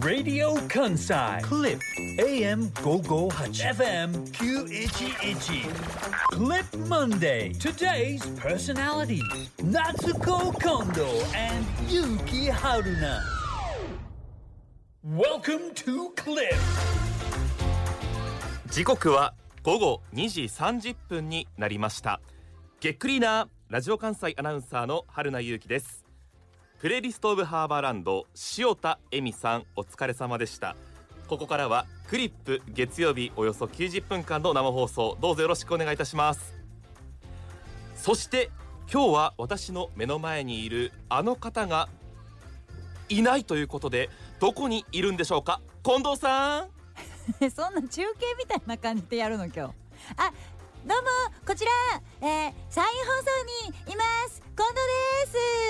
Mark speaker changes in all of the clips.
Speaker 1: Radio Kansai Clip AM 558 FM E, 911 Clip Monday Today's personality Natsuko Kondo and Yuki Haruna Welcome to Clip
Speaker 2: 時刻は午後2時30分になりましたげっくりーなラジオ関西アナウンサーの春名優希ですプレイリストオブハーバーランド塩田恵美さんお疲れ様でしたここからはクリップ月曜日およそ90分間の生放送どうぞよろしくお願いいたしますそして今日は私の目の前にいるあの方がいないということでどこにいるんでしょうか近藤さん
Speaker 3: え そんな中継みたいな感じでやるの今日あどうもこちら、えー、山陰放送にいます近藤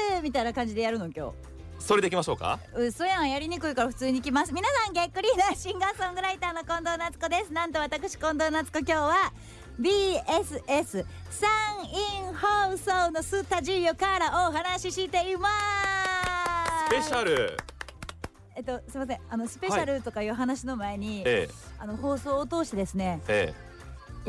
Speaker 3: ですみたいな感じでやるの今
Speaker 2: それでいきましょうか
Speaker 3: 日うそやんやりにくいから普通に来ます皆さんげっくりなシンガーソングライターの近藤夏子ですなんと私近藤夏子今日は BSS 山陰放送のスタジオからお話ししています
Speaker 2: スペシャル、
Speaker 3: えっとすいませんあのスペシャルとかいう話の前に、
Speaker 2: ええ
Speaker 3: あの放送を通してですね
Speaker 2: ええ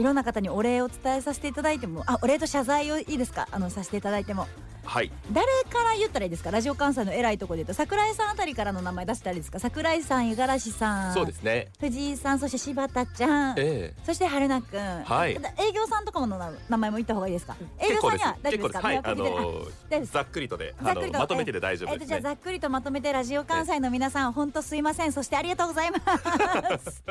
Speaker 3: いろんな方にお礼を伝えさせていただいてもあお礼と謝罪をいいですかあのさせていただいても
Speaker 2: はい
Speaker 3: 誰から言ったらいいですかラジオ関西の偉いところで言うと桜井さんあたりからの名前出したらいいですか桜井さん五十嵐さん
Speaker 2: そうですね。
Speaker 3: 藤井さんそして柴田ちゃん
Speaker 2: え
Speaker 3: そして春菜くん、
Speaker 2: はい
Speaker 3: ただ営業さんとかもの名名前も言った方がいいですか
Speaker 2: え
Speaker 3: 営業さんには大丈
Speaker 2: 結構です
Speaker 3: 夫で
Speaker 2: す。
Speaker 3: か
Speaker 2: はい、
Speaker 3: 迷
Speaker 2: あ
Speaker 3: 惑的であ
Speaker 2: の
Speaker 3: 大丈夫で
Speaker 2: ざ
Speaker 3: す
Speaker 2: っくりとで、
Speaker 3: ざっ
Speaker 2: あ
Speaker 3: くり
Speaker 2: の
Speaker 3: と
Speaker 2: まとめてで大丈
Speaker 3: え
Speaker 2: 夫
Speaker 3: っと
Speaker 2: です
Speaker 3: じゃあざ
Speaker 2: ね。
Speaker 3: っくりとまとめてラジオ関西の皆さん本当すいませんそしてありがとうござい ます。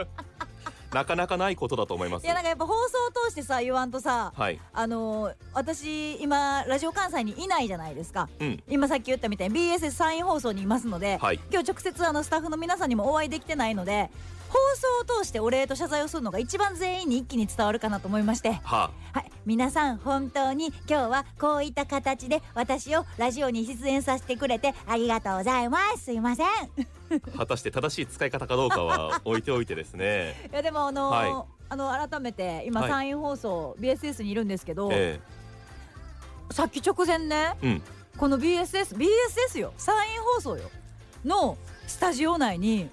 Speaker 2: なかなかないことだと思います
Speaker 3: い。やなんかやっぱ放送を通してさ言わんとさ、
Speaker 2: はい、
Speaker 3: あのー私今ラジオ関西にいないじゃないですか
Speaker 2: うん、
Speaker 3: 今さっき言ったみたいに BSS 山陰放送にいますので、
Speaker 2: はい、
Speaker 3: 今日直接あのスタッフの皆さんにもお会いできてないので放送を通してお礼と謝罪をするのが一番全員に一気に伝わるかなと思いまして、
Speaker 2: は
Speaker 3: はい、皆さん本当に今日はこういった形で私をラジオに出演させてくれてありがとうございますすいません い
Speaker 2: あ、果たして正しい使い方かどうかは置いておいてですね。
Speaker 3: やでもあのー
Speaker 2: は
Speaker 3: あの改めて今
Speaker 2: はい
Speaker 3: 山陰放送 BSS にいるんですけど、
Speaker 2: え
Speaker 3: さっき直前ね
Speaker 2: えうん、
Speaker 3: この BSS BSS よ山陰放送よのスタジオ内に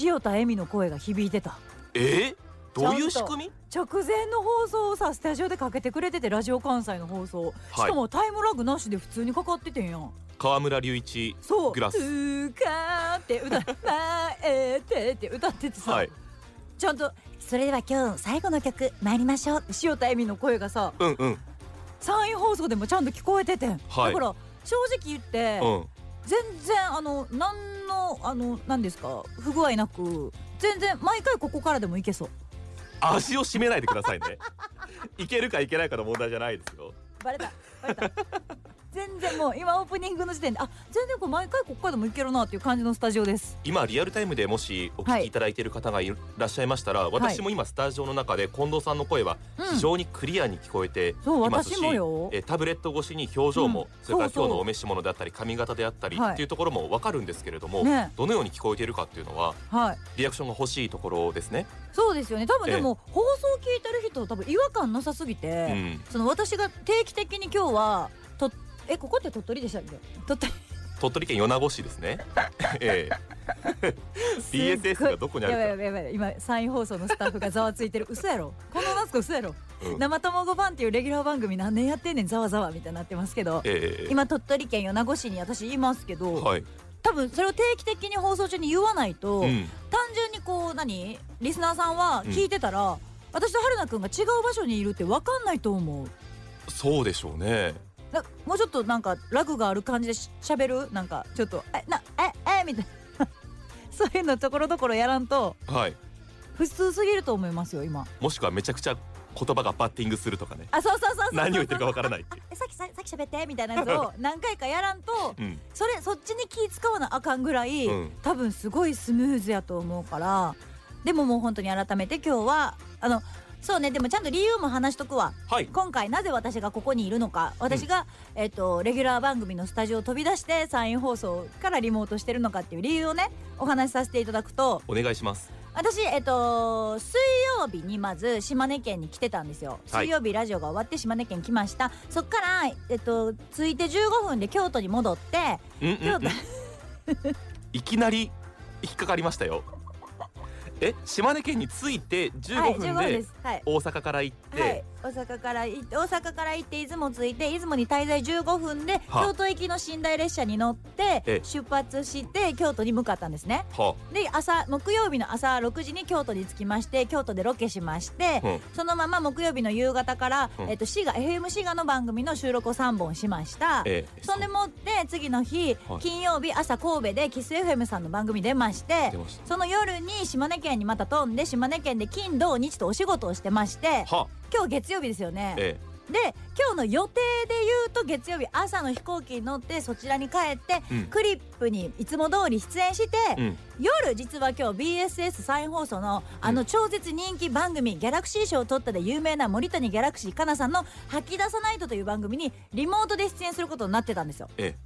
Speaker 3: 塩田恵美の声が響いてた
Speaker 2: ええどういう仕組み？
Speaker 3: 直前の放送をさスタジオでかけてくれててラジオ関西の放送、
Speaker 2: い
Speaker 3: しかもタイムラグなしで普通にかかっててんやん
Speaker 2: 河村隆一、
Speaker 3: そう
Speaker 2: グラス
Speaker 3: うーかーっ て歌前てって歌っててさ、
Speaker 2: はい、
Speaker 3: ちゃんとそれでは今日最後の曲参りましょうって塩田恵美の声がさ
Speaker 2: うんうん
Speaker 3: 山陰放送でもちゃんと聞こえててん、
Speaker 2: はい
Speaker 3: だから正直言って、
Speaker 2: うん、
Speaker 3: 全然あの何のあの何ですか不具合なく全然毎回ここからでもいけそう
Speaker 2: 足を締めないでくださいね。 いけるかいけないかの問題じゃないですよ。
Speaker 3: バレた バレた全然もう今オープニングの時点であ全然これ毎回ここからでもいけるなっていう感じのスタジオです
Speaker 2: 今リアルタイムでもしお聞きいただいている方がいらっしゃいましたら、私も今スタジオの中で近藤さんの声は
Speaker 3: うん
Speaker 2: 非常にクリアに聞こえてい
Speaker 3: そう
Speaker 2: ますし、
Speaker 3: 私もよ
Speaker 2: えータブレット越しに表情も、
Speaker 3: うん
Speaker 2: それから
Speaker 3: そうそう
Speaker 2: 今日のお召し物であったり髪型であったり
Speaker 3: はい
Speaker 2: っていうところもわかるんですけれども、
Speaker 3: ね
Speaker 2: どのように聞こえているかっていうのは
Speaker 3: はい
Speaker 2: リアクションが欲しいところですね。
Speaker 3: そうですよね多分
Speaker 2: ええ
Speaker 3: でも放送聞いてる人多分違和感なさすぎ
Speaker 2: う
Speaker 3: て、
Speaker 2: ん、
Speaker 3: その私が定期的に今日はとえここって鳥取でしたっけ鳥取
Speaker 2: 鳥取県米子市ですね。 ええ BSS がどこにあ
Speaker 3: やばいや
Speaker 2: る
Speaker 3: ばいやばい今山陰放送のスタッフがざわついてる嘘やろこの夏子嘘やろ、
Speaker 2: うん
Speaker 3: 生卵番っていうレギュラー番組何年やってんねんざわざわみたいになってますけど
Speaker 2: か、ええ
Speaker 3: 今鳥取県米子市に私いますけど、
Speaker 2: はい、
Speaker 3: 多分それを定期的に放送中に言わないと、
Speaker 2: うん、
Speaker 3: 単純にこう何リスナーさんは聞いてたら、私と春菜くんが違う場所にいるって分かんないと思う
Speaker 2: そうでしょうね。
Speaker 3: なもうちょっとなんかラグがある感じでししゃべるなんかちょっと「えなええみたいな そういうのところどころやらんと
Speaker 2: はい、
Speaker 3: 普通すぎると思いますよ今
Speaker 2: もしくはめちゃくちゃ言葉がバッティングするとかね。
Speaker 3: あそうそうそう そう
Speaker 2: 何を言ってるかわからないっていう。
Speaker 3: えさっきささっき喋ってみたいなやつ を何回かやらんと
Speaker 2: うん、
Speaker 3: それそっちに気使わなあかんぐらい、
Speaker 2: うん
Speaker 3: 多分すごいスムーズやと思うからでももう本当に改めて今日はあのそうねでもちゃんと理由も話しとくわ
Speaker 2: はい、
Speaker 3: 今回なぜ私がここにいるのか私が、えっとレギュラー番組のスタジオを飛び出して山陰放送からリモートしてるのかっていう理由をねお話しさせていただくと
Speaker 2: お願いします。
Speaker 3: 私えっと水曜日にまず島根県に来てたんですよ
Speaker 2: はい
Speaker 3: 水曜日ラジオが終わって島根県来ました、そっからえっと着いて15分で京都に戻って
Speaker 2: うんうんうん
Speaker 3: 京都、
Speaker 2: いきなり引っかかりましたよえ島根県に着いて
Speaker 3: は
Speaker 2: 15
Speaker 3: い15
Speaker 2: 分
Speaker 3: 分で
Speaker 2: です
Speaker 3: はい
Speaker 2: 大阪から行って、
Speaker 3: はい、大阪から行って大阪から行って出雲着いて出雲に滞在15分で
Speaker 2: は
Speaker 3: 京都行きの寝台列車に乗って
Speaker 2: ええ
Speaker 3: 出発して京都に向かったんですね
Speaker 2: は
Speaker 3: で朝木曜日の朝6時に京都に着きまして京都でロケしまして、
Speaker 2: うん
Speaker 3: そのまま木曜日の夕方から、
Speaker 2: うん
Speaker 3: えっと滋賀 FM 滋賀の番組の収録を3本しました、
Speaker 2: ええ
Speaker 3: そんでもって次の日、
Speaker 2: はい
Speaker 3: 金曜日朝神戸でキス FM さんの番組出まして
Speaker 2: 出ました
Speaker 3: その夜に島根県にまた飛んで島根県で金土日とお仕事をしてまして
Speaker 2: は
Speaker 3: 今日月曜日ですよねで
Speaker 2: え
Speaker 3: 今日の予定で言うと月曜日朝の飛行機に乗ってそちらに帰って、
Speaker 2: うん
Speaker 3: クリップにいつも通り出演して、
Speaker 2: えうん
Speaker 3: 夜実は今日 BSS 再放送のあの超絶人気番組「ギャラクシー賞を取った」で有名な森谷ギャラクシーかなさんの「吐き出さないと」という番組にリモートで出演することになってたんですよ
Speaker 2: え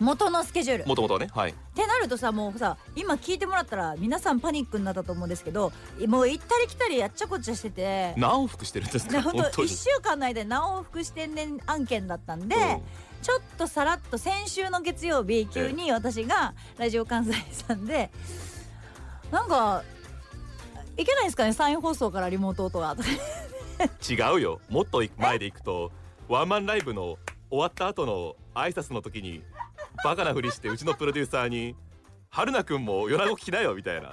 Speaker 3: 元のスケジュール。っ
Speaker 2: もともとねはい
Speaker 3: てなるとさもうさ今聞いてもらったら皆さんパニックになったと思うんですけどもう行ったり来たりやっちゃこっちゃしてて。
Speaker 2: 何往復してるんです
Speaker 3: ね
Speaker 2: か
Speaker 3: 本
Speaker 2: 本
Speaker 3: 当
Speaker 2: 当
Speaker 3: 1
Speaker 2: に
Speaker 3: 週間の間に何往復してんねん案件だったんで、
Speaker 2: うん
Speaker 3: ちょっとさらっと先週の月曜日急に私がラジオ関西さんでなんかいけないんですかね再放送からリモートとは
Speaker 2: 違うよもっと前で行くとワンマンライブの終わった後の挨拶の時にバカなふりしてうちのプロデューサーに「春菜くんも夜なご聞きなよ」みたいな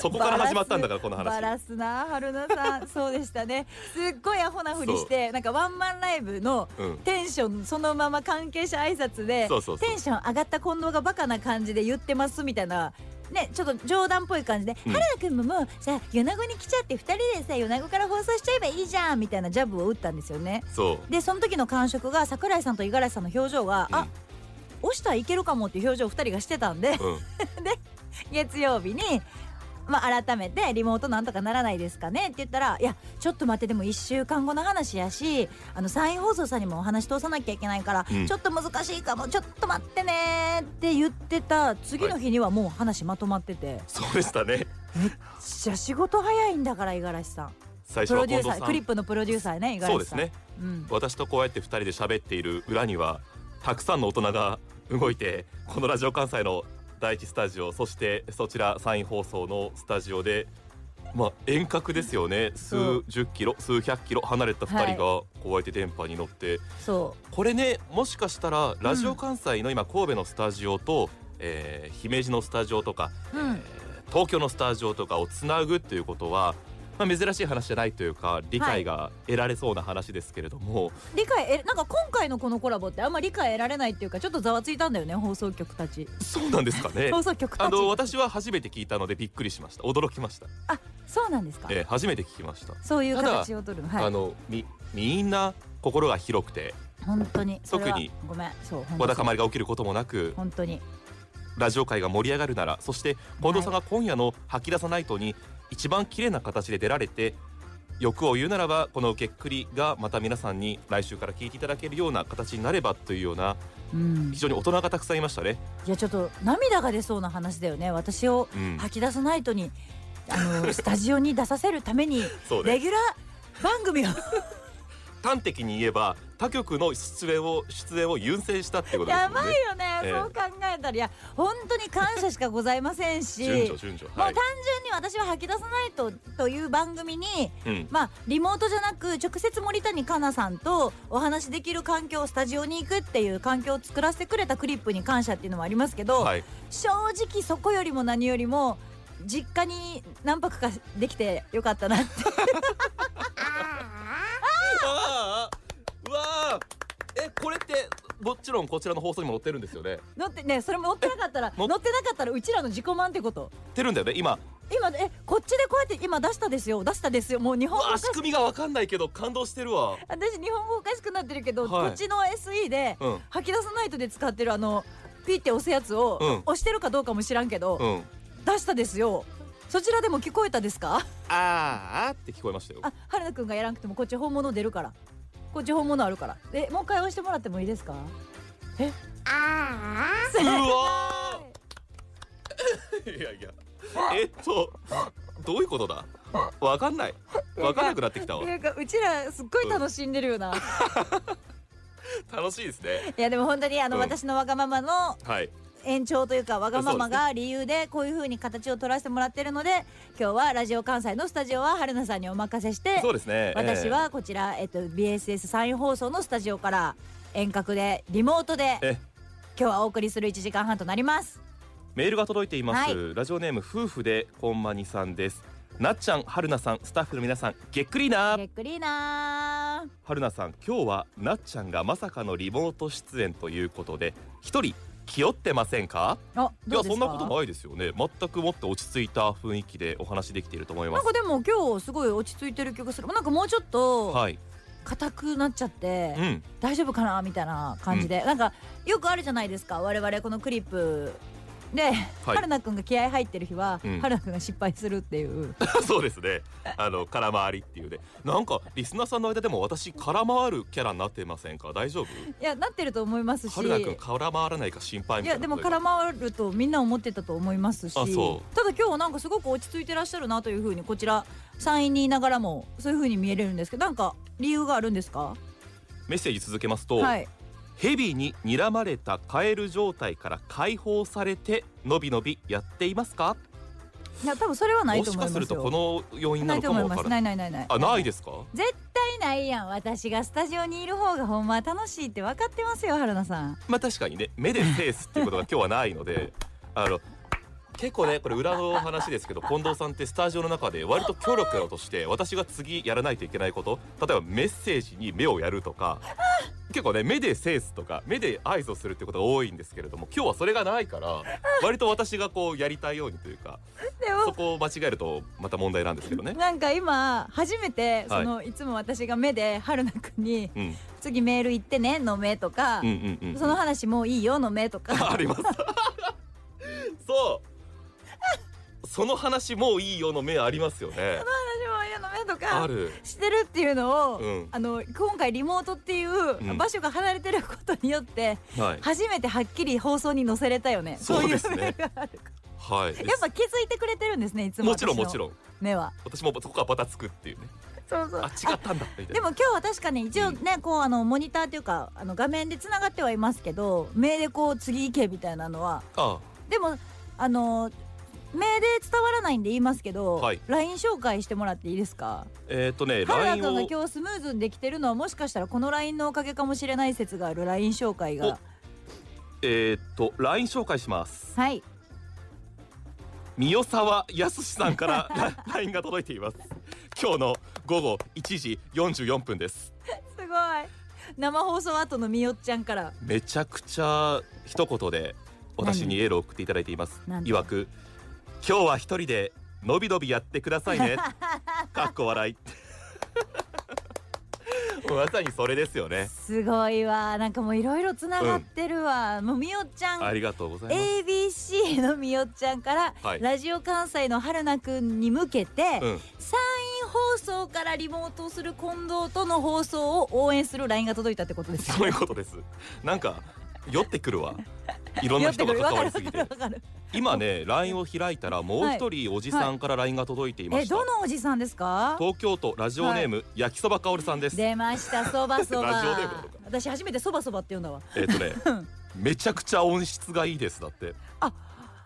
Speaker 2: そこから始まったんだからこの
Speaker 3: バ
Speaker 2: 話
Speaker 3: ラすな春菜さ んそうでしたねすっごいアホなふりしてなんかワンマンライブの
Speaker 2: うん
Speaker 3: テンションそのまま関係者挨拶で
Speaker 2: そうそうそう
Speaker 3: テンション上がった近藤がバカな感じで言ってますみたいな。ね、ちょっと冗談っぽい感じで、
Speaker 2: うん
Speaker 3: 原田君ももうさ米子に来ちゃって2人でさ米子から放送しちゃえばいいじゃんみたいなジャブを打ったんですよね
Speaker 2: そう
Speaker 3: でその時の感触が桜井さんと五十嵐さんの表情が、あ押したらいけるかもっていう表情を2人がしてたんで
Speaker 2: うん
Speaker 3: 月曜日に、まあ、改めてリモートなんとかならないですかねって言ったらいやちょっと待ってでも1週間後の話やしあの再放送さんにもお話通さなきゃいけないから、
Speaker 2: うん
Speaker 3: ちょっと難しいかもちょっと待ってねって言ってた次の日にはもう話まとまってて、
Speaker 2: そうでしたね
Speaker 3: じゃあ仕事早いんだから五十嵐さん
Speaker 2: 最
Speaker 3: プ
Speaker 2: 初は
Speaker 3: ロデュ
Speaker 2: 近
Speaker 3: ーサ
Speaker 2: 藤
Speaker 3: ー
Speaker 2: さ
Speaker 3: クリッ
Speaker 2: ん
Speaker 3: プのプロデューサーね五十
Speaker 2: そうで
Speaker 3: 嵐
Speaker 2: す
Speaker 3: さん
Speaker 2: ね
Speaker 3: うん
Speaker 2: 私とこうやって2人で喋っている裏にはたくさんの大人が動いてこのラジオ関西の第一スタジオそしてそちら山陰放送のスタジオで、まあ、遠隔ですよね数
Speaker 3: そう
Speaker 2: 十キロ数百キロ離れた2人がこうやって電波に乗って、
Speaker 3: そ
Speaker 2: これねもしかしたらラジオ関西の今神戸のスタジオと、えー姫路のスタジオとか、
Speaker 3: ううん
Speaker 2: えー東京のスタジオとかをつなぐっていうことは、まあ、珍しい話じゃないというか理解が得られそうな話ですけれども。
Speaker 3: 理解えなんか今回のこのコラボってあんま理解得られないっていうかちょっとざわついたんだよね放送局たち
Speaker 2: そうなんですかね。
Speaker 3: 放送局た
Speaker 2: あ
Speaker 3: ち
Speaker 2: の私は初めて聞いたのでびっくりしました。驚きました。
Speaker 3: そうなんですか、
Speaker 2: えー初めて聞きました。
Speaker 3: そういう
Speaker 2: ただ
Speaker 3: 形を取るのは
Speaker 2: あ
Speaker 3: い
Speaker 2: のみみんな心が広くて、
Speaker 3: 本当にそれは
Speaker 2: 特に
Speaker 3: ごめんそう
Speaker 2: わ
Speaker 3: 本
Speaker 2: だ
Speaker 3: 当
Speaker 2: か
Speaker 3: に
Speaker 2: まりが起きることもなく、
Speaker 3: 本当に
Speaker 2: ラジオ界が盛り上がるなら、そして近藤さんが今夜の吐き出さないとに一番綺麗な形で出られて。欲を言うならばこのげっくりがまた皆さんに来週から聞いていただけるような形になればというような
Speaker 3: うん
Speaker 2: 非常に大人がたくさんいましたね。
Speaker 3: いやちょっと涙が出そうな話だよね私を
Speaker 2: うん、
Speaker 3: 吐き出さないとにあの スタジオに出させるために
Speaker 2: そうね
Speaker 3: レギュラー番組を
Speaker 2: 端的に言えば他局の出演を出演を優先したってことです
Speaker 3: や
Speaker 2: よね。
Speaker 3: ばいよね、
Speaker 2: ええ
Speaker 3: そう考えたらいや本当に感謝しかございませんし
Speaker 2: 順序順序
Speaker 3: もう
Speaker 2: は
Speaker 3: 単
Speaker 2: い、
Speaker 3: 純に私は吐き出さないとという番組に
Speaker 2: うん、
Speaker 3: まあ、リモートじゃなく直接森谷香奈さんとお話しできる環境スタジオに行くっていう環境を作らせてくれたクリップに感謝っていうのもありますけど、
Speaker 2: はい
Speaker 3: 正直そこよりも何よりも実家に何泊かできてよかったなって
Speaker 2: ああうわあえこれってもちろんこちらの放送にも載ってるんですよね
Speaker 3: 乗ってねそれも乗ってなかったら乗
Speaker 2: も
Speaker 3: ってなかったらうちらの自己満ってこと
Speaker 2: 載ってるんだよね今
Speaker 3: 今えこっちでこうやって今出したですよ出したですよもう日
Speaker 2: う
Speaker 3: 本語
Speaker 2: わ
Speaker 3: お
Speaker 2: あ
Speaker 3: かし
Speaker 2: 仕組みがわかんないけど感動してるわ
Speaker 3: 私日本語おかしくなってるけど、
Speaker 2: はい
Speaker 3: こっちの SE で
Speaker 2: うん
Speaker 3: 吐き出さないとで使ってるあのピって押すやつを、
Speaker 2: うん
Speaker 3: 押してるかどうかも知らんけど、
Speaker 2: うん
Speaker 3: 出したですよそちらでも聞こえたですか
Speaker 2: あーあーって聞こえましたよ
Speaker 3: あ春菜くんがやらなくてもこっち本物出るからこっち本物あるからえもう会話してもらってもいいですかえあ
Speaker 2: うわーいやいやえっとどういうことだわかんないわかんなくなってきたわ
Speaker 3: なんかうちらすっごい楽しんでるよな、い
Speaker 2: 楽しいですね
Speaker 3: やでも本当にあの、
Speaker 2: うん
Speaker 3: 私のわがままの
Speaker 2: はい
Speaker 3: 延長というかわがままが理由でこういう風に形を取らせてもらってるので今日はラジオ関西のスタジオは春菜さんにお任せして
Speaker 2: そうですね
Speaker 3: 私はこちら、えっと、BSS サイン放送のスタジオから遠隔でリモートで
Speaker 2: えーえ
Speaker 3: 今日はお送りする1時間半となります
Speaker 2: メールが届いています、
Speaker 3: はい
Speaker 2: ラジオネーム夫婦でこんまにさんですなっちゃんはるなさんスタッフの皆さんげっくりな
Speaker 3: ゆっくりな
Speaker 2: はるなさん今日はなっちゃんがまさかのリモート出演ということで一人気負ってませんか
Speaker 3: あどうです
Speaker 2: い
Speaker 3: か
Speaker 2: やそんなことないですよね全くもって落ち着いた雰囲気でお話できていると思いま
Speaker 3: なん
Speaker 2: す
Speaker 3: かでも今日すごい落ち着いてる気がするなんかもうちょっと
Speaker 2: はい
Speaker 3: 硬くなっちゃって、
Speaker 2: うん
Speaker 3: 大丈夫かなみたいな感じで、なんかよくあるじゃないですか我々このクリップで、
Speaker 2: はい
Speaker 3: 春菜くんが気合入ってる日は、
Speaker 2: うん
Speaker 3: 春菜くんが失敗するっていう
Speaker 2: そうですね。あの空回りっていうね。なんかリスナーさんの間でも私空回るキャラになってませんか。大丈夫？
Speaker 3: いやなってると思いますし
Speaker 2: 春菜くん空回らないか心配
Speaker 3: い
Speaker 2: みた
Speaker 3: や
Speaker 2: い
Speaker 3: で
Speaker 2: な
Speaker 3: も
Speaker 2: こと。
Speaker 3: 空回るとみんな思ってたと思いますした
Speaker 2: あ
Speaker 3: だ
Speaker 2: そ
Speaker 3: 今日はなんかすごく落ち着いてらっしゃるなというふうにこちら山陰にいながらもそういうふうに見えれるんですけどなんか理由があるんですか
Speaker 2: メッセージ続けますと、
Speaker 3: はい
Speaker 2: ヘビに睨まれたカエル状態から解放されてのびのびやっていますか？
Speaker 3: いや多分それはない
Speaker 2: も
Speaker 3: と
Speaker 2: し
Speaker 3: 思い
Speaker 2: か
Speaker 3: ますす
Speaker 2: ると
Speaker 3: よ
Speaker 2: この要因な
Speaker 3: ない
Speaker 2: の
Speaker 3: と
Speaker 2: か
Speaker 3: 思い
Speaker 2: もわ
Speaker 3: ま
Speaker 2: か
Speaker 3: す
Speaker 2: らな。
Speaker 3: ないいないないない
Speaker 2: あないですか？
Speaker 3: 絶対ないやん私がスタジオにいる方がほんまは楽しいって分かってますよ春菜さ ん
Speaker 2: まあ確かにね目で制すっていうことが今日はないの であの結構ねこれ裏の話ですけど近藤さんってスタジオの中で割とキョロキョロとして私が次やらないといけないこと例えばメッセージに目をやるとか結構ね目で制すとか目で合図をするってことが多いんですけれども今日はそれがないから割と私がこうやりたいようにというか
Speaker 3: で
Speaker 2: そ
Speaker 3: も
Speaker 2: こを間違えるとまた問題なんですけどね。
Speaker 3: なんか今初めてその、い、つも私が目で春菜くんに
Speaker 2: うん、
Speaker 3: 「次メール行ってね」の目とか、
Speaker 2: うんうんうん
Speaker 3: その話もういいよ」の目 とか
Speaker 2: あります。そう。その話もういいよの目ありますよね。
Speaker 3: 私も嫌な目と
Speaker 2: あ
Speaker 3: か
Speaker 2: る。
Speaker 3: してるっていうのを、
Speaker 2: うん
Speaker 3: あの今回リモートってい
Speaker 2: ん
Speaker 3: う場所が離れてることによって、
Speaker 2: はい。
Speaker 3: 初めてはっきり放送に載せれたよね
Speaker 2: そうですね
Speaker 3: い目があるか
Speaker 2: はい。
Speaker 3: らやっぱ気づいてくれてるんですねいつも
Speaker 2: もちろんもち
Speaker 3: ん
Speaker 2: ろん。
Speaker 3: 目は
Speaker 2: 私もそこはバタつくっていうね。
Speaker 3: そうそう
Speaker 2: あ違ったんだみたい
Speaker 3: で
Speaker 2: な。
Speaker 3: も今日は確かに一応ね、こうあのモニターというかあの画面でつながってはいますけど目でこう次行けみたいなのは
Speaker 2: あ
Speaker 3: でもあの目で伝わらないんで言いますけど、
Speaker 2: はい
Speaker 3: LINE 紹介してもらっていいですか
Speaker 2: えっ、とね、
Speaker 3: 原田
Speaker 2: LINE
Speaker 3: 君が
Speaker 2: を
Speaker 3: 今日スムーズにできてるのはもしかしたらこの LINE のおかげかもしれない説がある LINE 紹介が
Speaker 2: えっ、と LINE 紹介します。
Speaker 3: はい
Speaker 2: 三代沢康さんから ラ LINE が届いています。今日の午後1時44分です。
Speaker 3: すごい生放送後のみよっちゃんから
Speaker 2: めちゃくちゃ一言で私にエールを送っていただいています
Speaker 3: 何
Speaker 2: 曰く今日は一人でのびのびやってくださいね かっこ笑いまさにそれですよね
Speaker 3: すごいわなんかもういろいろつながってるわ、もうみよっちゃん
Speaker 2: ありがとうございます、
Speaker 3: ABC のみよっちゃんから、
Speaker 2: はい
Speaker 3: ラジオ関西の春菜くんに向けて、
Speaker 2: うん、
Speaker 3: 山陰放送からリモートをする近藤との放送を応援する LINE が届いたってことです
Speaker 2: そういうことですなんか酔ってくるわいろんな人が
Speaker 3: わ
Speaker 2: 関
Speaker 3: か
Speaker 2: わり
Speaker 3: るわ
Speaker 2: す
Speaker 3: か
Speaker 2: ぎ
Speaker 3: る
Speaker 2: て
Speaker 3: わかる
Speaker 2: 今ね LINE を開いたらもう一人おじさんから LINE が届いていま
Speaker 3: え
Speaker 2: した、
Speaker 3: どのおじさんですか
Speaker 2: 東京都ラジオネーム、焼きそばかおるさんです
Speaker 3: 出ましたそばそ
Speaker 2: ラ
Speaker 3: ば
Speaker 2: ジオネームだとか
Speaker 3: 私初めてそばそばって言うんだわ
Speaker 2: えっ、とね、めちゃくちゃ音質がいいですだって。
Speaker 3: あ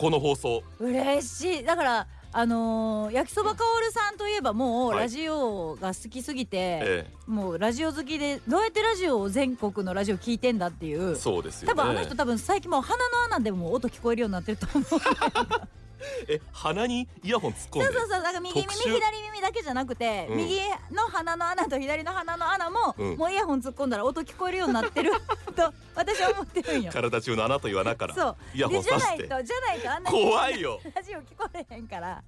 Speaker 2: この放送。
Speaker 3: 嬉しいだからあのー焼きそばかおるさんといえばもう
Speaker 2: はい
Speaker 3: ラジオが好きすぎて、
Speaker 2: え
Speaker 3: もうラジオ好きでどうやってラジオを全国のラジオ聞いてんだってい
Speaker 2: え、
Speaker 3: う
Speaker 2: そうですよ
Speaker 3: 多
Speaker 2: ね。
Speaker 3: 分あの人多分最近もう鼻の穴でも音聞こえるようになってると思うそう
Speaker 2: え、鼻にイヤホン突っ込んで。
Speaker 3: そうそうだから右耳
Speaker 2: 特
Speaker 3: 左
Speaker 2: 殊
Speaker 3: 耳だけじゃなくて、
Speaker 2: うん
Speaker 3: 右の鼻の穴と左の鼻の穴も、
Speaker 2: うん
Speaker 3: もうイヤホン突っ込んだら音聞こえるようにな ってると私は思ってるんよ
Speaker 2: 体中の穴という穴から。
Speaker 3: そう
Speaker 2: イヤホン
Speaker 3: じゃ
Speaker 2: さ
Speaker 3: な
Speaker 2: し
Speaker 3: いと
Speaker 2: て
Speaker 3: じ。ゃないとあんなに
Speaker 2: 怖いよ。
Speaker 3: ラジオ聞こえへんから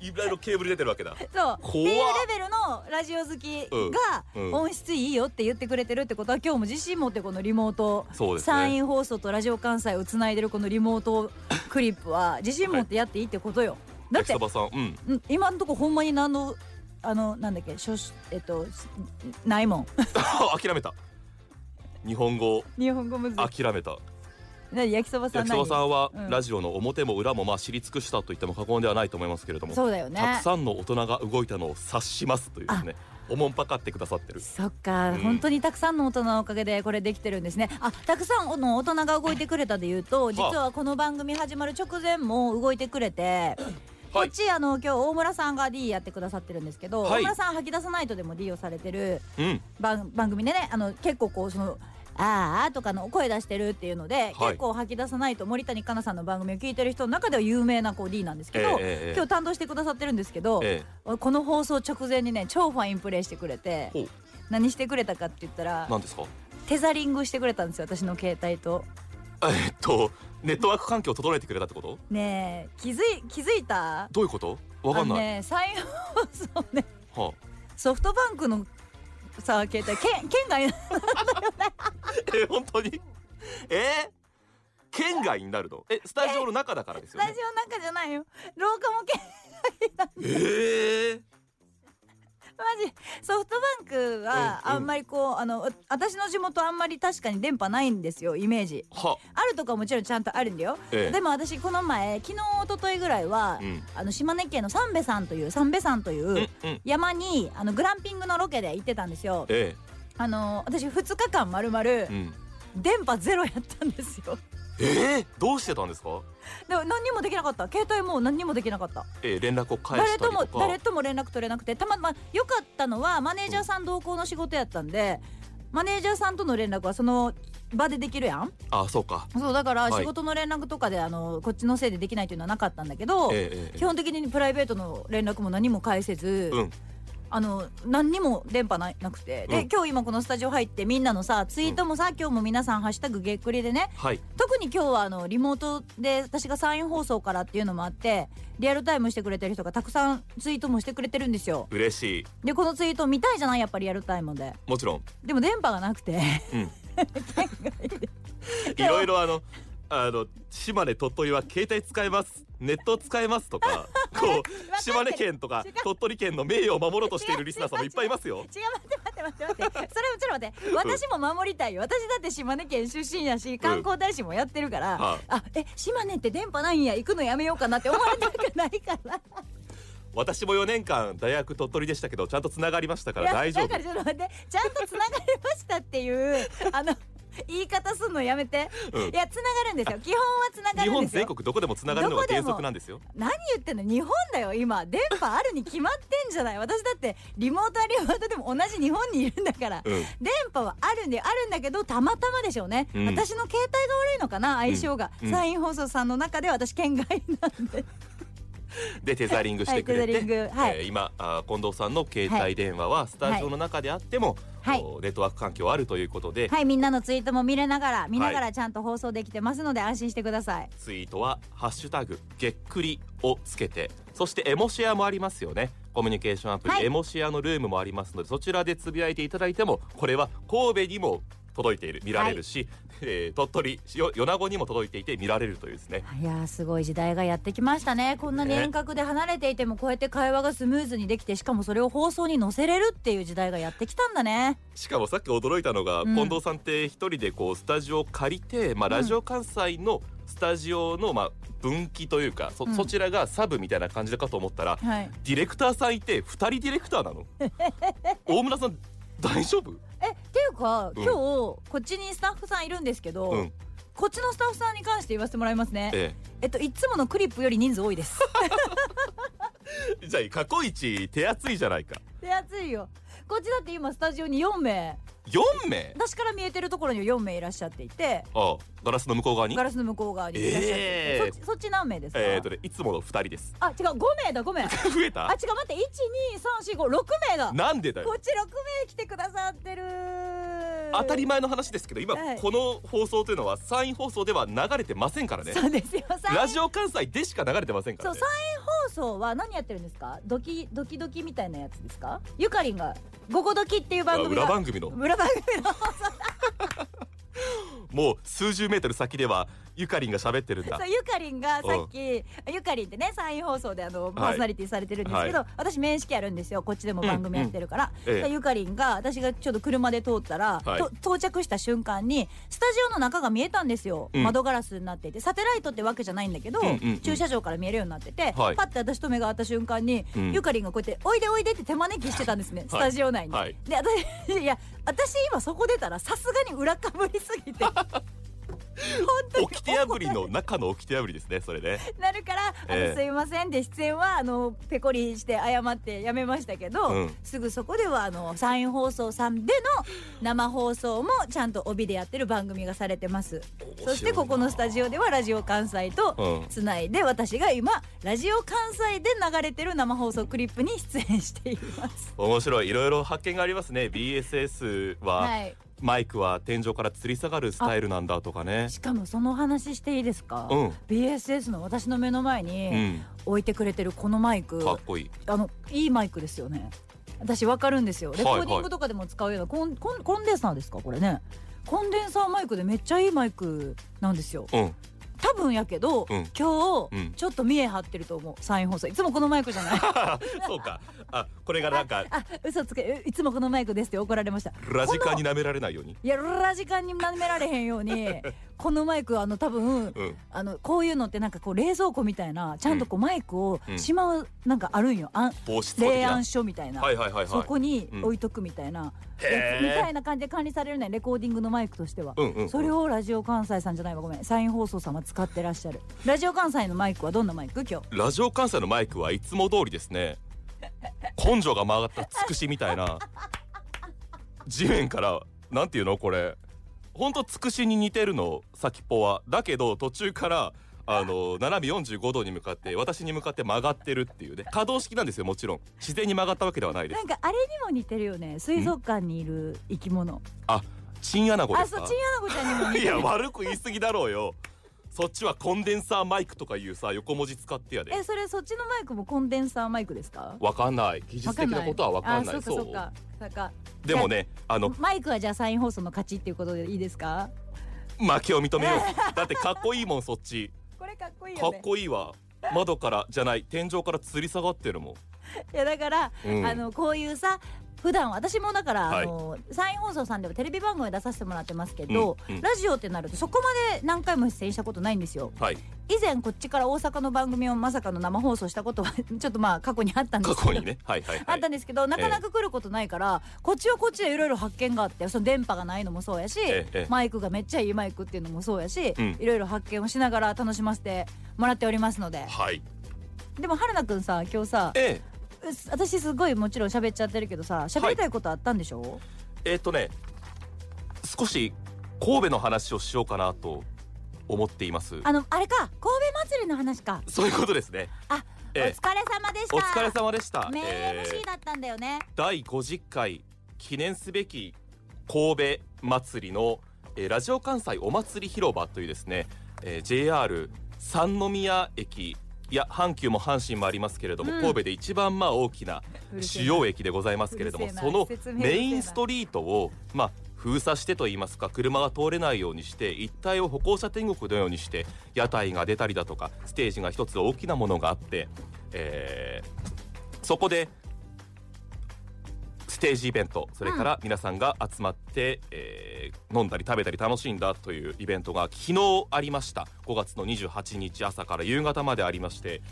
Speaker 2: いろいろケーブル出てるわけだ。
Speaker 3: そうっ
Speaker 2: 怖って
Speaker 3: いうレベルのラジオ好き
Speaker 2: うんうん
Speaker 3: が音質いいよって言ってくれてるってことは今日も自信持ってこのリモート
Speaker 2: そうですね
Speaker 3: 山陰放送とラジオ関西をつないでるこのリモートクリップは自信持ってやっていいってことよ。だっ
Speaker 2: 焼き
Speaker 3: て
Speaker 2: そばさん、うん。
Speaker 3: うん今のとこほんまに何のあのなんだっけしょしえっとすないもん
Speaker 2: 諦めた。日本語
Speaker 3: 日本語むずい
Speaker 2: 諦めた。
Speaker 3: なに焼きそばさん
Speaker 2: 焼きそばさんは
Speaker 3: うん
Speaker 2: ラジオの表も裏もまあ知り尽くしたと言っても過言ではないと思いますけれど
Speaker 3: 何
Speaker 2: も。
Speaker 3: そうだよね
Speaker 2: たくさんの大人が動いたのを察しますというですね。おもんぱかってくださってる
Speaker 3: そっか、
Speaker 2: うん
Speaker 3: 本当にたくさんの大人のおかげでこれできてるんですねあたくさんの大人が動いてくれたでいうと実はこの番組始まる直前も動いてくれて、こっちあの今日大村さんが D やってくださってるんですけど、
Speaker 2: はい
Speaker 3: 大村さん吐き出さないとでも D をされてる
Speaker 2: うん
Speaker 3: 番番組でねあの結構こうその「あーあ」とかの声出してるっていうので、結構吐き出さないと森谷香奈さんの番組を聞いてる人の中では有名なこう D なんですけど、
Speaker 2: え
Speaker 3: 今日担当してくださってるんですけど、
Speaker 2: え
Speaker 3: この放送直前にね超ファインプレーしてくれて
Speaker 2: ほう
Speaker 3: 何してくれたかって言ったら
Speaker 2: 何ですか
Speaker 3: テザリングしてくれたんですよ私の携帯と。
Speaker 2: えっとネットワーク環境を整えてくれたってこと
Speaker 3: ねえ気づい気づいた
Speaker 2: どういうことわかんない、
Speaker 3: あのね再放送ね
Speaker 2: は
Speaker 3: ソフトバンクのさ携帯県県外
Speaker 2: あ、え本当にえ県外になるのえスタジオの中だからです
Speaker 3: ス
Speaker 2: よ
Speaker 3: タジ
Speaker 2: ね
Speaker 3: オの中じゃないよ廊下も県
Speaker 2: ええ
Speaker 3: マジソフトバンクは
Speaker 2: うんうん
Speaker 3: あんまりこう、あの私の地元あんまり確かに電波ないんですよイメージ
Speaker 2: は
Speaker 3: あるとかもちろんちゃんとあるんだよ、
Speaker 2: ええ
Speaker 3: でも私この前昨日一昨日ぐらいは、
Speaker 2: うん
Speaker 3: あの島根県の三瓶山という三瓶山という、
Speaker 2: うんうん
Speaker 3: 山にあのグランピングのロケで行ってたんですよ
Speaker 2: え
Speaker 3: あの私2日間まるまる
Speaker 2: えうん
Speaker 3: 電波ゼロやったんですよ
Speaker 2: ええどうしてたんですか
Speaker 3: でも何にもできなかった携帯も何にもできなかった
Speaker 2: ええ連絡を返
Speaker 3: 誰
Speaker 2: した
Speaker 3: と
Speaker 2: り
Speaker 3: も
Speaker 2: とか
Speaker 3: 誰とも連絡取れなくてたまま良かったのはマネージャーさん同行の仕事やったんでマネージャーさんとの連絡はその場でできるやん
Speaker 2: あそうか
Speaker 3: そうだから
Speaker 2: はい
Speaker 3: 仕事の連絡とかであのこっちのせいでできないというのはなかったんだけど、
Speaker 2: ええええ
Speaker 3: 基本的にプライベートの連絡も何も返せず、
Speaker 2: うん
Speaker 3: あの何にも電波ななくてで、
Speaker 2: うん
Speaker 3: 今日今このスタジオ入ってみんなのさツイートもさ、今日も皆さん「ハッシュタグげっくり」でね
Speaker 2: はい
Speaker 3: 特に今日はあのリモートで私がサイン放送からっていうのもあってリアルタイムしてくれてる人がたくさんツイートもしてくれてるんですよ
Speaker 2: 嬉しい
Speaker 3: でこのツイート見たいじゃないやっぱりリアルタイムで
Speaker 2: もちろん
Speaker 3: でも電波がな くて
Speaker 2: うんい
Speaker 3: でも
Speaker 2: ろいろあのあの島根鳥取は携帯使えますネットを使えますと かこう島根県とか
Speaker 3: 違う
Speaker 2: 鳥取県の名誉を守ろうとしているリスナーさんもいっぱいい ますよ
Speaker 3: 違う待って待って待って待ってそれちょっと待って私も守りたいよ私だって島根県出身やし観光大使もやってるから、
Speaker 2: はい
Speaker 3: あえ島根って電波ないんや行くのやめようかなって思われたくないから
Speaker 2: 私も4年間大学鳥取でしたけどちゃんとつながりましたから
Speaker 3: い
Speaker 2: 大丈
Speaker 3: やだからちょっと待ってちゃんとつながりましたっていうあの 言い方すんのやめて、
Speaker 2: うん
Speaker 3: いやつながるんですよ基本はつな
Speaker 2: 夫
Speaker 3: が
Speaker 2: 日
Speaker 3: るん
Speaker 2: 本
Speaker 3: ですよ
Speaker 2: 全国どこでもつながるのが
Speaker 3: どこで
Speaker 2: 原
Speaker 3: も
Speaker 2: 則なんですよ
Speaker 3: 何言ってんの日本だよ今電波あるに決まってんじゃない私だってリモートはリモートでも同じ日本にいるんだから、
Speaker 2: うん
Speaker 3: 電波はあるんであるんだけどたまたまでしょうね、
Speaker 2: うん
Speaker 3: 私の携帯が悪いのかな相性が、
Speaker 2: うん
Speaker 3: サイン放送さんの中では私県外なん で
Speaker 2: でテザリングしてくれて、
Speaker 3: はいテザリングはい
Speaker 2: えー今あー近藤さんの携帯電話はスタジオの中であっても、
Speaker 3: はい
Speaker 2: こうネットワーク環境あるということで、
Speaker 3: はいみんなのツイートも見れながら見ながらちゃんと放送できてますので安心してください
Speaker 2: ツイートは「ハッシュタグげっくり」をつけてそしてエモシェアもありますよねコミュニケーションアプリ、
Speaker 3: はい
Speaker 2: エモシェアのルームもありますのでそちらでつぶやいていただいてもこれは神戸にも届いている見られるし、えー鳥取よ米子にも届いていて見られるというですね
Speaker 3: いやーすごい時代がやってきましたねこんなに
Speaker 2: ね
Speaker 3: 遠隔で離れていてもこうやって会話がスムーズにできてしかもそれを放送に載せれるっていう時代がやってきたんだね
Speaker 2: しかもさっき驚いたのが、
Speaker 3: うん
Speaker 2: 近藤さんって一人でこうスタジオを借りて、まあ、
Speaker 3: うん
Speaker 2: ラジオ関西のスタジオのまあ分岐というかそ,、
Speaker 3: うん
Speaker 2: そちらがサブみたいな感じかと思ったら
Speaker 3: はい
Speaker 2: ディレクターさんいて2人ディレクターな の大村さん大丈夫
Speaker 3: えっていうか
Speaker 2: うん
Speaker 3: 今日、こっちにスタッフさんいるんですけど、
Speaker 2: うん
Speaker 3: こっちのスタッフさんに関して言わせてもらいますねえ
Speaker 2: え
Speaker 3: っといつものクリップより人数多いです
Speaker 2: え、じゃあ過去一手厚いじゃないか
Speaker 3: 手厚いよこっちだって今スタジオに4名
Speaker 2: 4名
Speaker 3: 私から見えてるところに4名いらっしゃっていて
Speaker 2: ああガラスの向こう側に
Speaker 3: ガラスの向こう側にいらっしゃっていて、
Speaker 2: えー
Speaker 3: そっちそっち何名ですか、
Speaker 2: えー、とねいつもの2人です
Speaker 3: あ違う5名だ5名
Speaker 2: 増え
Speaker 3: あ違
Speaker 2: た
Speaker 3: う待って12345 6名だ
Speaker 2: なんでだよ
Speaker 3: こっち6名来てくださってる
Speaker 2: 当たり前の話ですけど今
Speaker 3: はい
Speaker 2: この放送というのは山陰放送では流れてませんからね
Speaker 3: そうですよ最
Speaker 2: ラジオ関西でしか流れてませんか
Speaker 3: そ
Speaker 2: ら
Speaker 3: う
Speaker 2: ね
Speaker 3: 再放送は何やってるんですかドキドキドキみたいなやつですかゆかりんが「午後ドキ」っていう番組が
Speaker 2: 裏番組の
Speaker 3: 裏番組の放送
Speaker 2: もう数十メートル先ではゆかりんが喋ってるんだ
Speaker 3: そうゆかりんがさっき、ゆかりんってね山陰放送であの、パーソナリティされてるんですけど、
Speaker 2: は
Speaker 3: 私面識あるんですよこっちでも番組やってるから、
Speaker 2: うんうんええ
Speaker 3: でゆかりんが私がちょっと車で通ったら、
Speaker 2: はい
Speaker 3: と到着した瞬間にスタジオの中が見えたんですよ、
Speaker 2: うん
Speaker 3: 窓ガラスになっていてサテライトってわけじゃないんだけど、
Speaker 2: うんうんうん
Speaker 3: 駐車場から見えるようになってて、
Speaker 2: はい
Speaker 3: パッて私と目が合った瞬間に、
Speaker 2: うん
Speaker 3: ゆかりんがこうやって「おいでおいで」って手招きしてたんですね、スタジオ内に。
Speaker 2: はい
Speaker 3: で私い や私今そこ出たらさすがに裏かぶりすぎ て本当に
Speaker 2: 起きて破りの中の起きて破りですねそれね
Speaker 3: なるから、あの
Speaker 2: ええ
Speaker 3: すいませんで出演はあのペコリして謝ってやめましたけど、
Speaker 2: うん
Speaker 3: すぐそこではあのサイン放送さんでの生放送もちゃんと帯でやってる番組がされてますそしてここのスタジオではラジオ関西と
Speaker 2: うん
Speaker 3: つないで、私が今ラジオ関西で流れてる生放送クリップに出演しています。
Speaker 2: 面白いいろいろ発見がありますね BSS は、
Speaker 3: はい、
Speaker 2: マイクは天井から吊り下がるスタイルなんだとかね
Speaker 3: しかもその話していいですか、
Speaker 2: うん
Speaker 3: BSS の私の目の前
Speaker 2: う
Speaker 3: に
Speaker 2: ん
Speaker 3: 置いてくれてるこのマイク、
Speaker 2: かっこいい
Speaker 3: あのいいマイクですよね。私わかるんですよ。レコ
Speaker 2: はい
Speaker 3: ーディン
Speaker 2: は
Speaker 3: グ
Speaker 2: い
Speaker 3: とかでも使うような、コンコンコンデンサーですかこれね。コンデンサーマイクでめっちゃいいマイクなんですよ。
Speaker 2: うん
Speaker 3: 多分やけど、
Speaker 2: うん
Speaker 3: 今日、
Speaker 2: うん
Speaker 3: ちょっと見え張ってると思う。サイン放送いつもこのマイクじゃ ない。
Speaker 2: そうかあこれがなんか
Speaker 3: あ嘘つけいつもこのマイクですって怒られました。
Speaker 2: ラジカンに
Speaker 3: この
Speaker 2: 舐められないように
Speaker 3: いやラジカンに舐められへんよ うにこのマイクあの多
Speaker 2: う
Speaker 3: 分。
Speaker 2: ん
Speaker 3: あのこういうのってなんかこう冷蔵庫みたいなちゃんとこうマイクを
Speaker 2: うん
Speaker 3: しまうなんかあるんよ、あん
Speaker 2: 防止
Speaker 3: 冷
Speaker 2: な
Speaker 3: 暗所みたいな、
Speaker 2: はいはいはいはい
Speaker 3: そこに
Speaker 2: うん
Speaker 3: 置いとくみたいな、
Speaker 2: へー
Speaker 3: みたいな感じで管理されるねレコーディングのマイクとしては、
Speaker 2: うんうん
Speaker 3: それをラジオ関西さんじゃないわごめんサイン放送さんは使ってらっしゃるラジオ関西のマイクはどんなマイク今日
Speaker 2: ラジオ関西のマイクはいつも通りですね根性が曲がったつくしみたいな地面からなんていうのこれほんとつくしに似てるの先っぽはだけど途中からあの斜め45度に向かって私に向かって曲がってるっていうね可動式なんですよもちろん自然に曲がったわけではないで
Speaker 3: な
Speaker 2: す
Speaker 3: んかあれにも似てるよね水族館にいる生き物
Speaker 2: あチンアナゴで
Speaker 3: あ
Speaker 2: す
Speaker 3: そう
Speaker 2: か
Speaker 3: チンアナゴちゃん にも似
Speaker 2: い
Speaker 3: て
Speaker 2: や
Speaker 3: る
Speaker 2: 悪く言い過ぎだろうよそっちはコンデンサーマイクとかいうさ横文字使ってやで
Speaker 3: えそれそっちのマイクもコンデンサーマイクですか
Speaker 2: わかんない技術的なことはわかんない
Speaker 3: あそうかそうかなんか
Speaker 2: でもねあの
Speaker 3: マイクはじゃあサイン放送の勝ちっていうことでいいですか
Speaker 2: 負けを認めようだってかっこいいもんそっち
Speaker 3: これかっこいいよ
Speaker 2: かっ
Speaker 3: ね
Speaker 2: こいいわ窓からじゃない天井から吊り下がってるもん
Speaker 3: いやだから、
Speaker 2: うん
Speaker 3: あのこういうさ普段私もだから、
Speaker 2: はい
Speaker 3: あのサイン放送さんではテレビ番組出させてもらってますけど、
Speaker 2: うんうん
Speaker 3: ラジオってなるとそこまで何回も出演したことないんですよ
Speaker 2: はい
Speaker 3: 以前こっちから大阪の番組をまさかの生放送したことは ちょっとまあ過去にあったんで
Speaker 2: 過
Speaker 3: すけど
Speaker 2: 去にねはいはい
Speaker 3: あ
Speaker 2: は
Speaker 3: っ
Speaker 2: い
Speaker 3: たんですけど、なかなか来ることないから、こっちはこっちでいろいろ発見があってその電波がないのもそうやし、
Speaker 2: ええ
Speaker 3: マイクがめっちゃいいマイクっていうのもそうやし
Speaker 2: うん
Speaker 3: いろいろ発見をしながら楽しませてもらっておりますので
Speaker 2: はい
Speaker 3: でも春菜くんさ今日さ
Speaker 2: え
Speaker 3: うっ私すごいもちろん喋っちゃってるけどさ喋りたいことあったんでしょ、
Speaker 2: ええっとね少し神戸の話をしようかなと思っています
Speaker 3: あのあれか神戸祭りの話か
Speaker 2: そういうことですね
Speaker 3: あ、
Speaker 2: ええ
Speaker 3: お疲れ様でした
Speaker 2: お疲れ様でした
Speaker 3: 名
Speaker 2: えー
Speaker 3: MC だったんだよね、
Speaker 2: 第50回記念すべき神戸祭りの、えーラジオ関西お祭り広場というですね、えー JR 三宮駅いや阪急も阪神もありますけれども、
Speaker 3: うん
Speaker 2: 神戸で一番まあ大きな
Speaker 3: うるせ
Speaker 2: 主
Speaker 3: えな
Speaker 2: 要駅でございますけれど
Speaker 3: う
Speaker 2: も
Speaker 3: るせえな
Speaker 2: その
Speaker 3: 説明うるせえ
Speaker 2: メ
Speaker 3: な
Speaker 2: インストリートをまあ封鎖してといいますか車が通れないようにして一帯を歩行者天国のようにして屋台が出たりだとかステージが一つ大きなものがあって、えーそこでステージイベントそれから皆さんが集まって、えー飲んだり食べたり楽しんだというイベントが昨日ありました5月の28日朝から夕方までありまして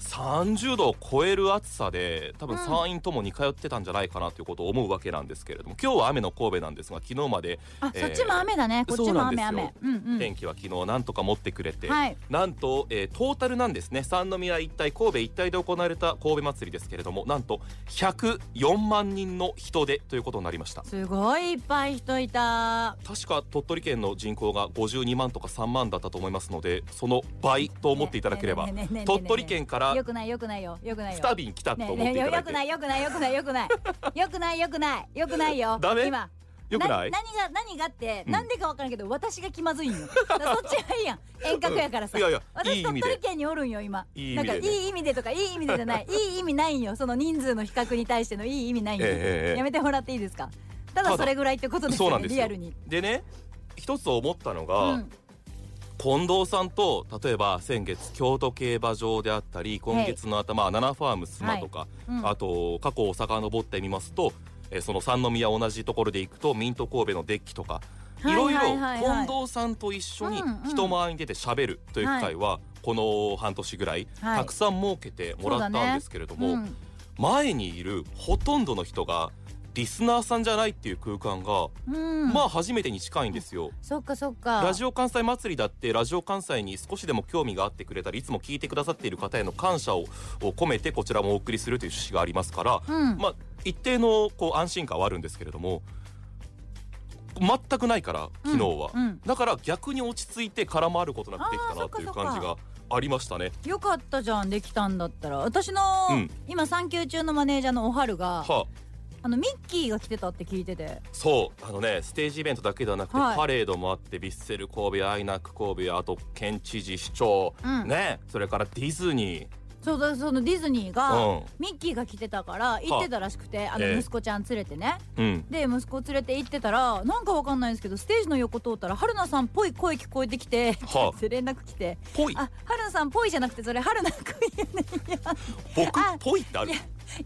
Speaker 2: 30度を超える暑さで多分
Speaker 3: うん
Speaker 2: 山陰ともに通ってたんじゃないかなということを思うわけなんですけれども今日は雨の神戸なんですが昨日まで
Speaker 3: あ、
Speaker 2: えー
Speaker 3: そっちも雨だねこっちも
Speaker 2: そ
Speaker 3: 雨
Speaker 2: うなん
Speaker 3: 雨
Speaker 2: ですよ
Speaker 3: うんうん
Speaker 2: 天気は昨日なんとか持ってくれて、
Speaker 3: はい
Speaker 2: なんと、えートータルなんですね三宮一帯神戸一帯で行われた神戸祭りですけれどもなんと104万人の人出ということになりました
Speaker 3: すごいいっぱい人いた
Speaker 2: 確か鳥取県の人口が52万とか3万だったと思いますのでその倍と思っていただければ
Speaker 3: ねねねねねねね
Speaker 2: 鳥取県から
Speaker 3: よくないよくないよよくないよ
Speaker 2: スタビン来たと
Speaker 3: ね
Speaker 2: 思って
Speaker 3: ね
Speaker 2: いただ
Speaker 3: よ
Speaker 2: い
Speaker 3: く
Speaker 2: て、
Speaker 3: ないよくないよくないよくないよくないよくないよくない よ
Speaker 2: ダメ
Speaker 3: 今
Speaker 2: よくない
Speaker 3: 何が何がって、
Speaker 2: うん
Speaker 3: なんでかわからんけど私が気まずいんよだからそっちはいいやん遠隔やから
Speaker 2: う
Speaker 3: さ、
Speaker 2: んいやいやいい
Speaker 3: 私
Speaker 2: 意味で
Speaker 3: 鳥取県におるんよ今
Speaker 2: いい意
Speaker 3: な
Speaker 2: 味で
Speaker 3: んか
Speaker 2: ね
Speaker 3: いい意味でとかいい意味でじ ゃないいい意味ないんよその人数の比較に対してのいい意味ないんよ、
Speaker 2: ええええ
Speaker 3: やめてもらっていいですかただ
Speaker 2: ただ
Speaker 3: それぐらいってことです
Speaker 2: そう
Speaker 3: よ
Speaker 2: なん
Speaker 3: ね
Speaker 2: です
Speaker 3: リア
Speaker 2: よ
Speaker 3: ルに
Speaker 2: でね一つ思ったのが、
Speaker 3: うん
Speaker 2: 近藤さんと例えば先月京都競馬場であったり今月の頭ナナファームスマとか、
Speaker 3: うん
Speaker 2: あと過去を遡ってみますと、えーその三宮同じところで行くとミント神戸のデッキとか、
Speaker 3: はいい
Speaker 2: ろ
Speaker 3: はい
Speaker 2: ろ
Speaker 3: いはいはい
Speaker 2: 近藤さんと一緒に
Speaker 3: うんうん
Speaker 2: 人前に出て喋るという機会はこの半年ぐらい
Speaker 3: はい
Speaker 2: たくさん設けてもらったんですけれども、
Speaker 3: うん
Speaker 2: 前にいるほとんどの人がリスナーさんじゃないっていう空間が、
Speaker 3: うん
Speaker 2: まあ初めてに近いんですよ。
Speaker 3: そっかそっか
Speaker 2: ラジオ関西祭りだってラジオ関西に少しでも興味があってくれたりいつも聞いてくださっている方への感謝をを込めてこちらもお送りするという趣旨がありますから、
Speaker 3: うん
Speaker 2: まあ一定のこう安心感はあるんですけれども全くないから昨日は、
Speaker 3: うんうん
Speaker 2: だから逆に落ち着いて絡まることなくできた
Speaker 3: あーそ
Speaker 2: な
Speaker 3: っか
Speaker 2: という
Speaker 3: そっか
Speaker 2: 感じがありましたね。
Speaker 3: よかったじゃんできたんだったら私の、
Speaker 2: うん
Speaker 3: 今産休中のマネージャーのおはるが
Speaker 2: はあ
Speaker 3: あのミッキーが来てたって聞いてて
Speaker 2: そうあのねステージイベントだけではなくて、
Speaker 3: はい
Speaker 2: パレードもあってヴィッセル神戸アイナック神戸あと県知事市長、
Speaker 3: うん
Speaker 2: ねそれからディズニ
Speaker 3: そうだそのディズニー
Speaker 2: ー、
Speaker 3: が、ミッキーが来てたから行ってたらしくてあの
Speaker 2: ええ
Speaker 3: 息子ちゃん連れてね、
Speaker 2: うんうん、
Speaker 3: で息子連れて行ってたらなんかわかんないんですけどステージの横通ったら春菜さんっぽい声聞こえてきて、
Speaker 2: は
Speaker 3: 連絡来て
Speaker 2: ぽい
Speaker 3: あ春菜さんっぽいじゃなくてそれ春菜くんやねいや
Speaker 2: 僕
Speaker 3: あ
Speaker 2: ぽいってある
Speaker 3: いや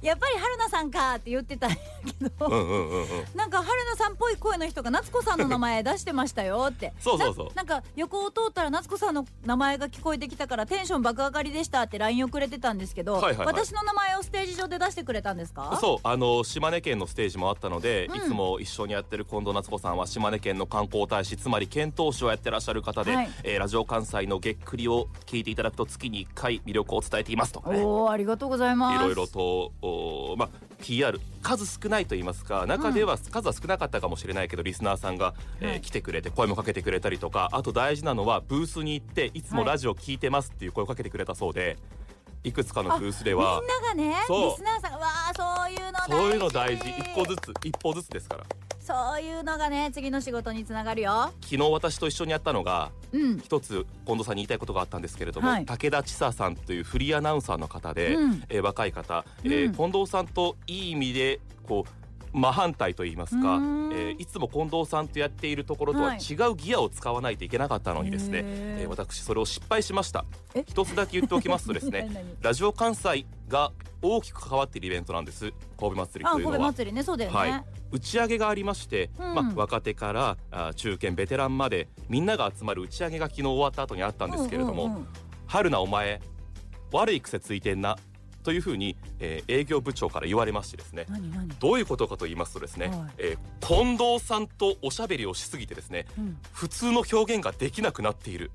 Speaker 3: やっぱり春菜さんかって言ってたんやけど、
Speaker 2: うんうんうんうん
Speaker 3: なんか春菜さんっぽい声の人が夏子さんの名前出してましたよって
Speaker 2: そうそうそう
Speaker 3: ななんか横を通ったら夏子さんの名前が聞こえてきたからテンション爆上がりでしたって LINE をくれてたんですけど、
Speaker 2: はいはいはい
Speaker 3: 私の名前をステージ上で出してくれたんですか
Speaker 2: そうあの島根県のステージもあったので、
Speaker 3: うん
Speaker 2: いつも一緒にやってる近藤夏子さんは島根県の観光大使つまり県当主をやってらっしゃる方で、
Speaker 3: はい
Speaker 2: えーラジオ関西のげっくりを聞いていただくと月に1回魅力を伝えていますとかね
Speaker 3: おおありがとうございます
Speaker 2: いろいろとおーまあ PR 数少ないと言いますか中では数は少なかったかもしれないけど、リスナーさんが、えー
Speaker 3: はい
Speaker 2: 来てくれて声もかけてくれたりとかあと大事なのはブースに行っていつも
Speaker 3: はい
Speaker 2: ラジオ聞いてますっていう声をかけてくれたそうで、い、くつかのブースで
Speaker 3: みん
Speaker 2: は
Speaker 3: ながね
Speaker 2: そう
Speaker 3: リスナーさんがわあそういうの大事
Speaker 2: そういうの大事一個ずつ一歩ずつですから
Speaker 3: そういうのがね次の仕事につながるよ
Speaker 2: 昨日私と一緒にやったのが
Speaker 3: うん
Speaker 2: 一つ近藤さんに言いたいことがあったんですけれども、
Speaker 3: はい
Speaker 2: 武田千沙さんというフリーアナウンサーの方で、
Speaker 3: うん
Speaker 2: えー若い方、えー
Speaker 3: う
Speaker 2: 近
Speaker 3: ん
Speaker 2: 藤さんといい意味でこう真反対と言いますか、え
Speaker 3: うーん
Speaker 2: ーいつも近藤さんとやっているところとは
Speaker 3: はい
Speaker 2: 違うギアを使わないといけなかったのにですね、
Speaker 3: へー
Speaker 2: えー私それを失敗しました
Speaker 3: え
Speaker 2: 一つだけ言っておきますとです ね
Speaker 3: 何々
Speaker 2: ラジオ関西が大きく関わっているイベントなんです神戸祭り
Speaker 3: あ
Speaker 2: という
Speaker 3: 神戸
Speaker 2: のは。
Speaker 3: 祭りねそうだよね、
Speaker 2: はい、打ち上げがありまして、
Speaker 3: うん
Speaker 2: まあ、若手からあ中堅ベテランまでみんなが集まる打ち上げが昨日終わった後にあったんですけれども「
Speaker 3: うんうんうん
Speaker 2: 春菜お前悪い癖ついてんな」というふうに、えー営業部長から言われましてですね
Speaker 3: 何何
Speaker 2: どういうことかと言いますとですね、
Speaker 3: はい
Speaker 2: えー近藤さんとおしゃべりをしすぎてですね
Speaker 3: うん
Speaker 2: 普通の表現ができなくなっている。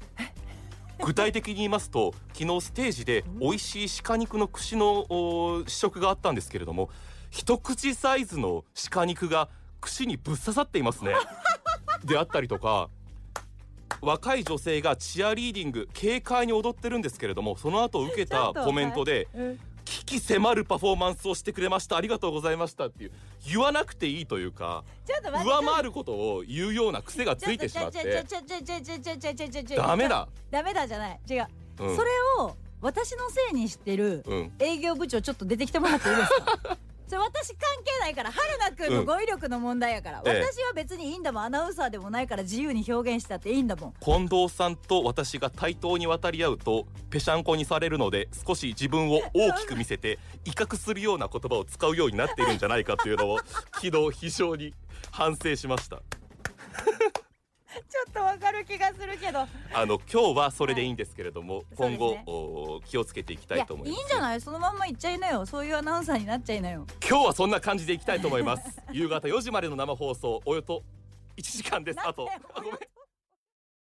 Speaker 2: 具体的に言いますと昨日ステージで美味しい鹿肉の串のお試食があったんですけれども一口サイズの鹿肉が串にぶっ刺さっていますねであったりとか若い女性がチアリーディング軽快に踊ってるんですけれどもその後受け
Speaker 3: ちょ
Speaker 2: た
Speaker 3: っと
Speaker 2: コメントで
Speaker 3: うん
Speaker 2: 「危機迫るパフォーマンスをしてくれましたありがとうございました」っていう言わなくていいというか
Speaker 3: ちょっと待って
Speaker 2: 上回ることを言うような癖がついてしまっ
Speaker 3: ちょ
Speaker 2: て
Speaker 3: ちょちょちょちょちょちょちょちょちょ
Speaker 2: ダメだ
Speaker 3: ダメだじゃない違う、
Speaker 2: うん
Speaker 3: それを私のせいにしてる
Speaker 2: うん
Speaker 3: 営業部長ちょっと出てきてもらっていいですか それ私関係ないから春菜くんの語彙力の問題やから、
Speaker 2: ええ
Speaker 3: 私は別にいいんだもんアナウンサーでもないから自由に表現したっていいんだ もん
Speaker 2: 近藤さんと私が対等に渡り合うとぺしゃんこにされるので少し自分を大きく見せて威嚇するような言葉を使うようになっているんじゃないかという のを昨日非常に反省しました
Speaker 3: ちょっとわかる気がするけど
Speaker 2: あの今日はそれでいいんですけれども、
Speaker 3: そうで
Speaker 2: 今
Speaker 3: すね
Speaker 2: 後、お気をつけていきた
Speaker 3: い
Speaker 2: い
Speaker 3: や
Speaker 2: と思
Speaker 3: い
Speaker 2: い
Speaker 3: いん
Speaker 2: ます
Speaker 3: じゃないそのまんまいっちゃいなよそういうアナウンサーになっちゃいなよ
Speaker 2: 今日はそんな感じでいきたいと思います夕方4時までの生放送およと1時間ですあとあごめん